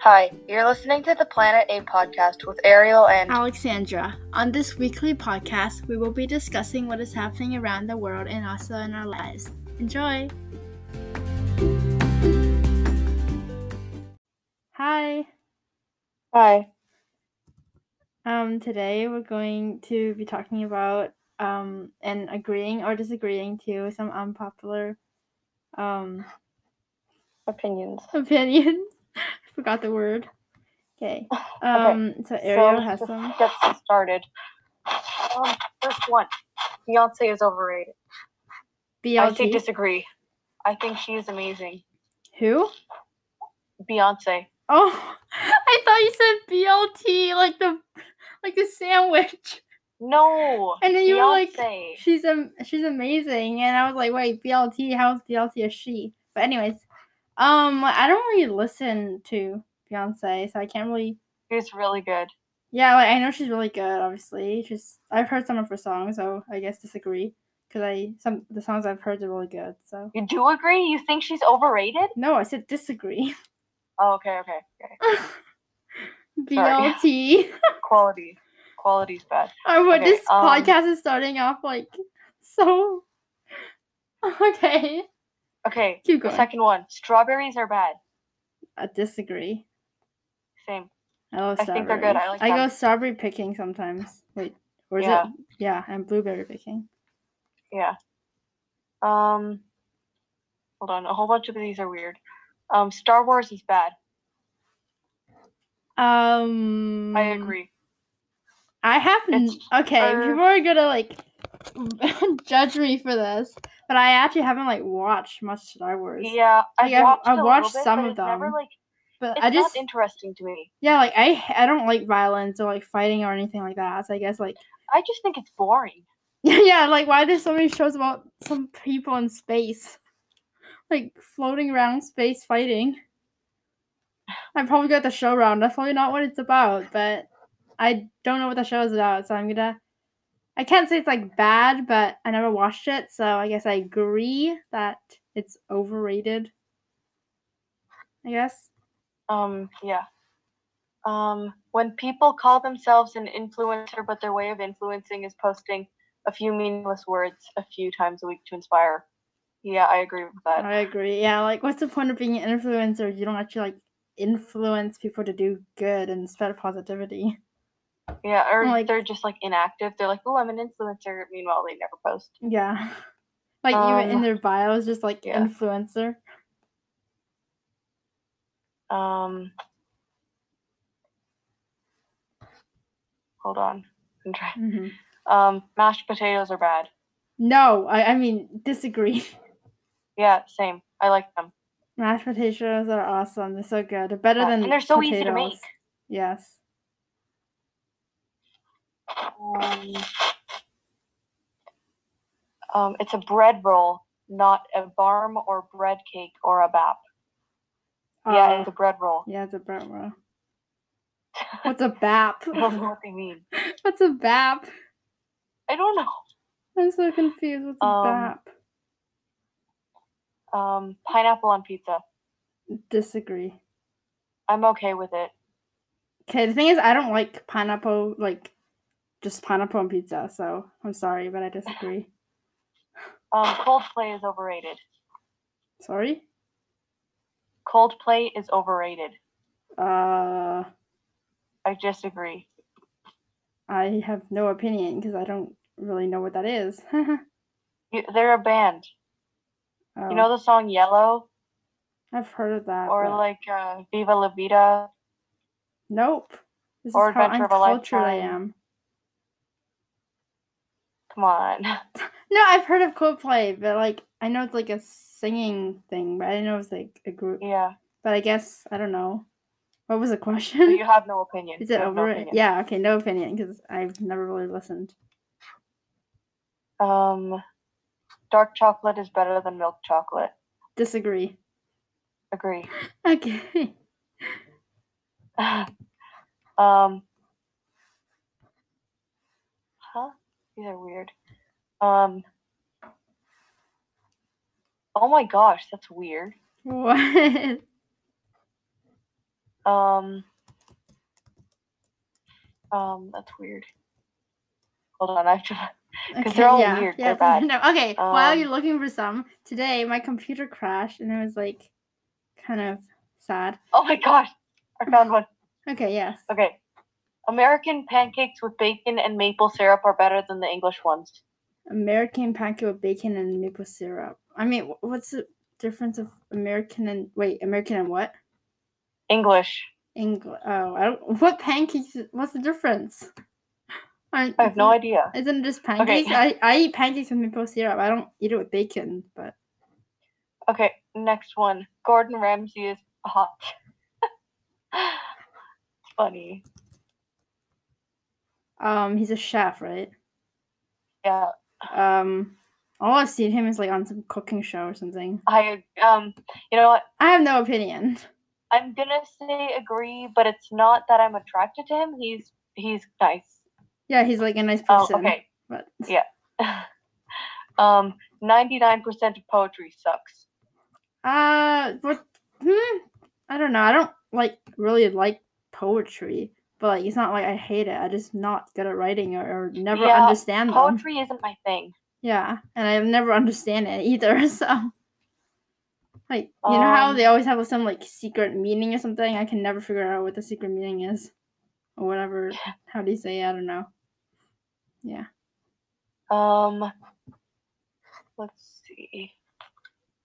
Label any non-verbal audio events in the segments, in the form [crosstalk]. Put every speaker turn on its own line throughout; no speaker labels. Hi, you're listening to the Planet A podcast with Ariel and
Alexandra. On this weekly podcast, we will be discussing what is happening around the world and also in our lives. Enjoy! Hi!
Hi.
Um, today we're going to be talking about um, and agreeing or disagreeing to some unpopular um, [laughs]
Opinions.
opinions. Forgot the word. Okay. Um, So Ariel has
just
some.
Get started. Um, first one. Beyonce is overrated. I say
BLT.
disagree. I think she is amazing.
Who?
Beyonce.
Oh, [laughs] I thought you said BLT, like the like the sandwich. [laughs]
No.
And then you were like,
Beyonce.
She's um she's amazing, and I was like, wait, BLT? How's BLT a she? But anyways, um, I don't really listen to Beyonce, so I can't really.
She's really good.
Yeah, like I know she's really good. Obviously, she's I've heard some of her songs, so I guess disagree because I some the songs I've heard are really good. So
You do agree? You think she's overrated?
no, I said disagree. [laughs]
Oh, okay, okay, okay.
BLT.
Quality. Quality's bad.
Oh, but
Okay,
this
um,
podcast is starting off like so. [laughs] Okay,
Okay.
keep
The
going.
second one. Strawberries are bad.
I disagree.
Same.
I love
I
strawberries.
think they're good. I like
go strawberry picking sometimes. Wait, or is
Yeah.
it? Yeah, and blueberry picking.
Yeah. Um, hold on. A whole bunch of these are weird. Um, Star Wars is bad.
Um,
I agree.
I have n-
It's-
okay.
or-
People are gonna like [laughs] judge me for this, but I actually haven't like watched much Star Wars.
Yeah, I
Like, I've-
watched,
I've
a
watched
little bit,
some
but
of
it's Never
them.
like
but
it's
I just
not interesting to me.
yeah, like I I don't like violence or like fighting or anything like that. So I guess like.
I just think it's boring.
[laughs] yeah, like why there's so many shows about some people in space, like floating around space fighting. I probably got the show wrong. That's probably not what it's about, but I don't know what the show is about, so I'm gonna. I can't say it's like bad, but I never watched it, so I guess I agree that it's overrated. I guess.
Um, yeah. Um, when people call themselves an influencer, but their way of influencing is posting a few meaningless words a few times a week to inspire. Yeah, I agree with that.
I agree. Yeah, like what's the point of being an influencer? if You don't actually like influence people to do good and spread positivity.
Yeah, or
Like-
they're just like inactive. They're like, "Oh, I'm an influencer." Meanwhile, they never post.
Yeah. [laughs] Like even in
Um,
their bios, just like
yeah.
influencer.
Um, hold on. I'm trying. Um, mashed potatoes are bad.
No, I, I mean disagree. [laughs]
Yeah, same. I like them.
Mashed potatoes are awesome. They're so good. They're better
Yeah,
than
and they're so
potatoes.
easy to make.
Yes.
Um, um, it's a bread roll, not a barm or bread cake or a bap. yeah,
Uh,
it's a bread roll.
yeah, it's a burnt roll.
[laughs]
What's a bap?
I don't know what they mean.
[laughs] What's a bap?
I don't know.
I'm so confused. What's a
Um,
bap?
Um, pineapple on pizza.
Disagree.
I'm okay with it.
Okay, the thing is, I don't like pineapple, like just pineapple on pizza. So I'm sorry, but I disagree.
Um, Coldplay is overrated.
sorry.
Coldplay is overrated.
Uh.
I disagree.
I have no opinion because I don't really know what that is. [laughs]
You, they're a band. You know
Oh,
the song Yellow
I've heard of that.
or
but
like uh, Viva La Vida?
nope. This
or
is how
Adventure of a
uncultured I
Lifetime.
am.
Come on. [laughs]
No, I've heard of Coldplay, but like I know it's like a singing thing, but I didn't know it was like a group.
yeah.
But I guess I don't know. What was the
So
question?
you have no opinion.
[laughs] Is
You
it
have no
over?
opinion.
yeah. Okay. No opinion because I've never really listened.
Um, dark chocolate is better than milk chocolate.
Disagree. [laughs]
Agree. [laughs]
Okay. [laughs]
um, huh? These are weird. Um, oh my gosh, that's weird.
what?
Um, um, that's weird. Hold on, I have to. 'Cause they're all weird,
[laughs]
they're bad.
No, okay. while
Um,
you're looking for some, today my computer crashed and it was like kind of sad.
Oh my gosh, I found one.
Okay, yes.
Okay. American pancakes with bacon and maple syrup are better than the English ones.
American pancake with bacon and maple syrup. I mean, wh- what's the difference of American and wait, American and what?
English.
English. Oh, I don't. [laughs] What pancakes? is- What's the difference? [laughs] Aren't-
I have no
isn't-
idea.
Isn't it just pancakes? I, I eat pancakes with maple syrup. I don't eat it with bacon, but
Okay, next one. Gordon Ramsay is hot. [laughs] Funny.
um, he's a chef, right?
Yeah,
Um, all I've seen him is like on some cooking show or something.
I um, you know what?
I have no opinion.
I'm gonna say agree, but it's not that I'm attracted to him. He's he's nice.
Yeah, he's like a nice
Oh,
person.
okay.
But
Yeah. [laughs] Um, ninety-nine percent of poetry sucks.
uh, what? Hmm. I don't know. I don't like really like poetry, but like it's not like I hate it. I just not good at writing or, or never
Yeah,
understand them.
Poetry isn't my thing.
Yeah, and I never [laughs] understand it either. [laughs] So, like, you know how
Um,
they always have some like secret meaning or something? I can never figure out what the secret meaning is, or whatever. How do you say? it? I don't know.
Um, let's see.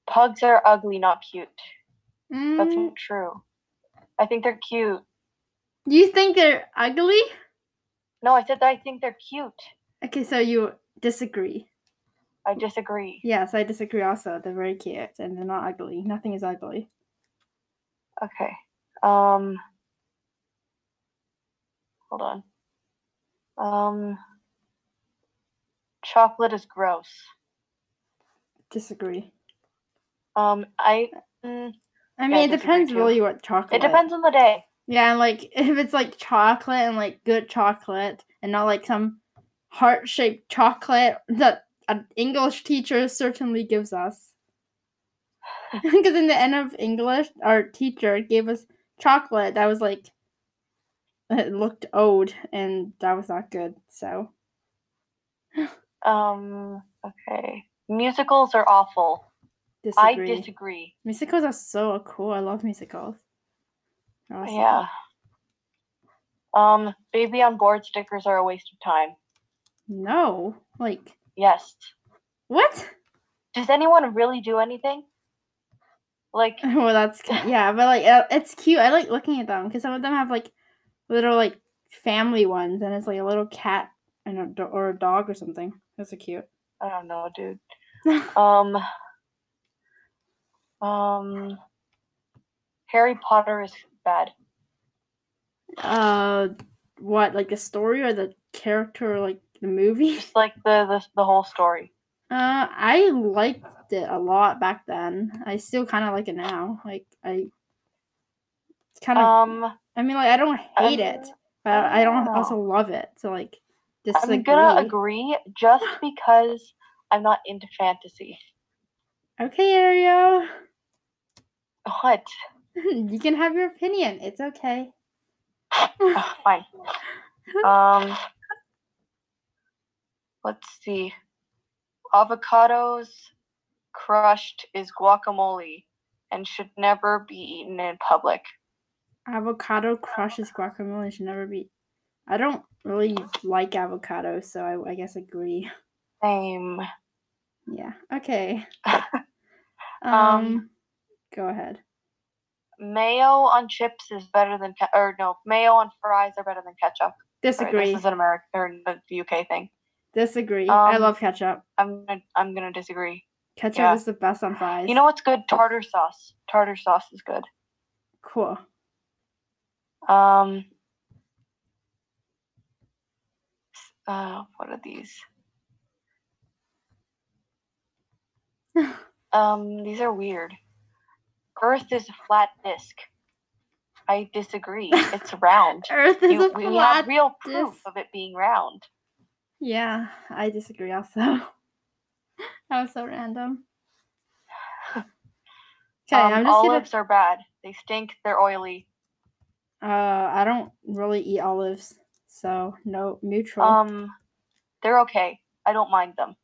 Pugs are ugly, not cute. That's
Mm,
not true. I think they're cute.
you think they're ugly?
No, I said that I think they're cute.
Okay, so you disagree.
I disagree.
Yes, I disagree. Also, they're very cute and they're not ugly. Nothing is ugly.
Okay. Um. Hold on. Um. Chocolate is gross.
Disagree.
Um. I. mm,
I
Yeah,
mean,
I
it
disagree
depends
too.
really what chocolate.
it depends on the day.
Yeah, and like [laughs] if it's like chocolate and like good chocolate and not like some heart shaped chocolate that an English teacher certainly gives us. [laughs] Because in the end of English, our teacher gave us chocolate that was like, it looked old and that was not good. So,
Um. Okay. Musicals are awful.
disagree.
I disagree.
musicals are so cool. I love musicals. They're awesome.
Yeah. Um. Baby on board stickers are a waste of time.
No. Like,
Yes.
what?
Does anyone really do anything? Like.
[laughs] well, that's ki- yeah, but like uh, it's cute. I like looking at them because some of them have like little like family ones, and it's like a little cat and a do- or a dog or something. That's so cute.
I don't know, dude. Um, um, Harry Potter is bad.
Uh, what like the story or the character or like the movie? [laughs]
Just like the the, the whole story.
Uh, I liked it a lot back then. I still kind of like it now. Like I kind of.
Um,
I mean, like I don't hate
I'm-
it, but I don't
dunno.
also love it. So like,
I'm
disagree.
gonna agree just because I'm not into fantasy.
Okay, Ariel.
What?
[laughs] you can have your opinion. It's okay.
Oh, fine. Um, let's see. Avocados crushed is guacamole and should never be eaten in public.
Avocado crushes guacamole should never be. I don't really like avocado, so I, I guess agree. [laughs]
Same.
Yeah. Okay.
[laughs]
um,
Um,
Go ahead.
mayo on chips is better than ke- or no mayo on fries are better than ketchup. Sorry,
Disagree.
this is an American or the UK thing.
Disagree. I
Um,
love ketchup.
I'm gonna, I'm gonna disagree.
Ketchup
yeah.
is the best on fries.
You know what's good? Tartar sauce. Tartar sauce is good.
Cool.
Um. s- Uh, what are these?
[laughs]
um, these are weird. Earth is a flat disc. I disagree.
[laughs]
It's round.
Earth is
You,
a
we have
flat.
real proof
disc.
of it being round.
yeah, I disagree also. [laughs] that was
[laughs]
so random. Okay,
Um,
I'm just gonna
olives are bad. They stink. They're oily.
Uh, I don't really eat olives, so no neutral.
Um, they're okay. I don't mind them.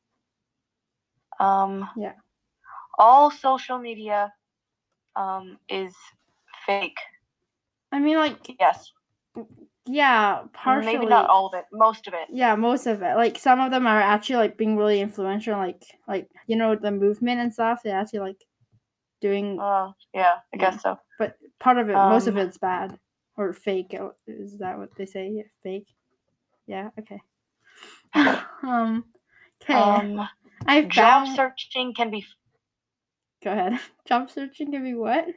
Um,
Yeah.
All social media um, is fake.
I mean, like,
Yes.
yeah, partially.
Maybe not all of it. Most of it.
Yeah, most of it. Like some of them are actually like being really influential, like like you know the movement and stuff. They're actually like doing
Uh, yeah, I guess so.
but part of it, most of
Um,
it's bad or fake. uh, Is that what they say? Yeah, fake. Yeah. Okay. [sighs] um. Okay.
Um,
I found.
job searching can be
Go ahead. [laughs] Job searching can be what?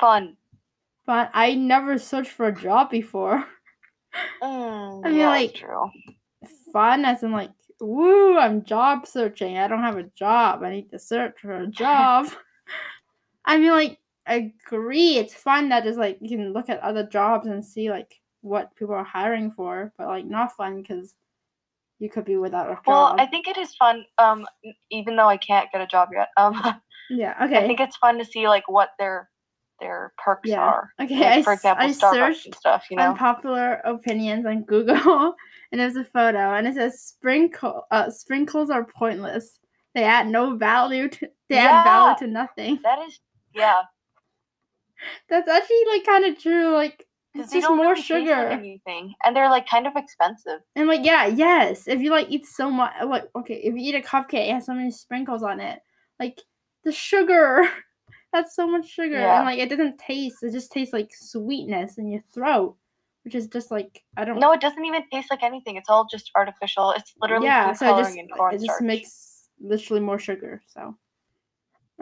fun.
But I never searched for a job before.
Mm,
I mean,
yeah, that's
like-
true.
Fun as in like, woo! I'm job searching. I don't have a job. I need to search for
[laughs]
a job. I mean, like, agree. It's fun that is like you can look at other jobs and see like what people are hiring for, but like not fun because you could be without a job.
Well, I think it is fun. Um, even though I can't get a job yet. Um, [laughs]
yeah.
I
Okay.
think it's fun to see like what their their perks
Yeah.
are.
okay.
Like,
I,
for
s-
example,
I
Starbucks
searched
and stuff. You know.
unpopular opinions on Google, [laughs] and there's a photo, and it says sprinkle uh, sprinkles are pointless. They add no value. To, they
Yeah.
add value to nothing.
[laughs] That is, yeah.
That's actually like kind of true. Like
'cause
it's
they
just
don't
more
really taste like
sugar,
anything, and they're like kind of expensive.
and like yeah, yes. If you like eat so much, like okay, if you eat a cupcake, it has so many sprinkles on it. Like the sugar. [laughs] That's so much sugar,
Yeah.
and like it doesn't taste. It just tastes like sweetness in your throat, which is just like I don't.
No, it doesn't even taste like anything. It's all just artificial. It's literally
yeah,
food
so it
coloring
just
and
like, it just
cornstarch.
makes literally more sugar. So,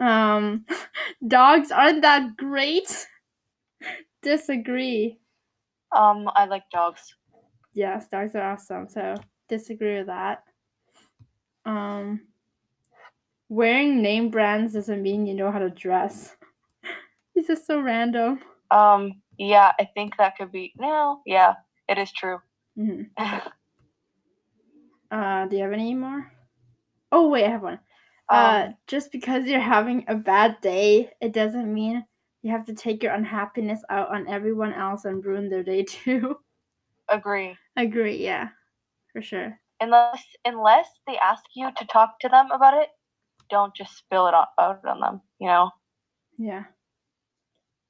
um, [laughs] dogs aren't that great. [laughs] disagree.
Um, I like dogs.
Yes, dogs are awesome. So disagree with that. Um, wearing name brands doesn't mean you know how to dress. [laughs] it's just so random.
Um, yeah, I think that could be. No, yeah, it is true. [laughs] Um,
hmm Uh, do you have any more? Oh wait, I have one. Uh,
Um,
just because you're having a bad day, it doesn't mean you have to take your unhappiness out on everyone else and ruin their day [laughs] too.
agree.
Agree, yeah, for sure.
unless unless they ask you to talk to them about it, don't just spill it on, out on them. You know.
Yeah.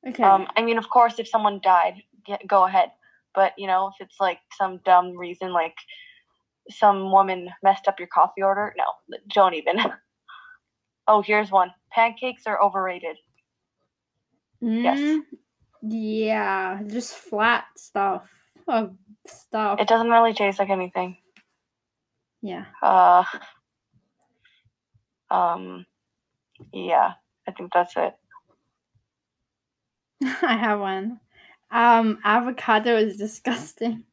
Okay.
Um, I mean, of course, if someone died, get, go ahead. But you know, if it's like some dumb reason, like some woman messed up your coffee order, no, don't even. [laughs] oh, here's one. Pancakes are overrated. yes.
Mm, Yeah, just flat stuff of stuff.
It doesn't really taste like anything.
yeah. [laughs]
Uh, um, yeah, I think that's it.
I have one. Um, avocado is disgusting.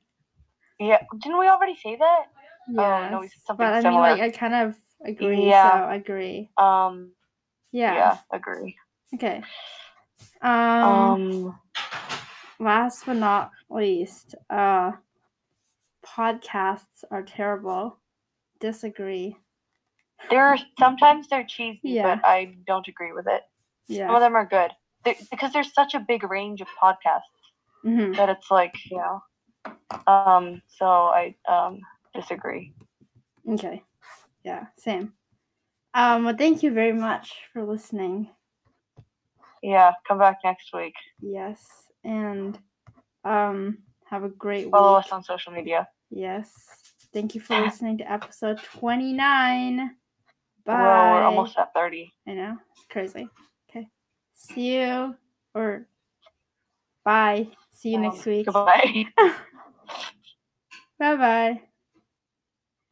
Yeah, didn't we already say that?
Yeah.
Oh, no, we said something
but I
similar.
mean, like, I kind of agree.
Yeah.
So agree.
Um,
Yeah.
yeah agree.
Okay. um
Um,
last but not least, uh, podcasts are terrible. Disagree.
there are sometimes they're cheesy,
Yeah.
but I don't agree with it. Some of
Yeah.
them are good There- because there's such a big range of podcasts
hmm
that it's like you know. Um, so I um disagree.
Okay. Yeah. Same. Um. Well, thank you very much for listening.
Yeah, come back next week.
Yes. And um. Have a great
Follow
week.
us on social media.
Yes. Thank you for listening to episode twenty nine. Bye.
Whoa, we're almost at thirty.
I know. It's crazy. Okay. See you or bye. See you
Um, [laughs]
next week.
Goodbye.
Bye bye.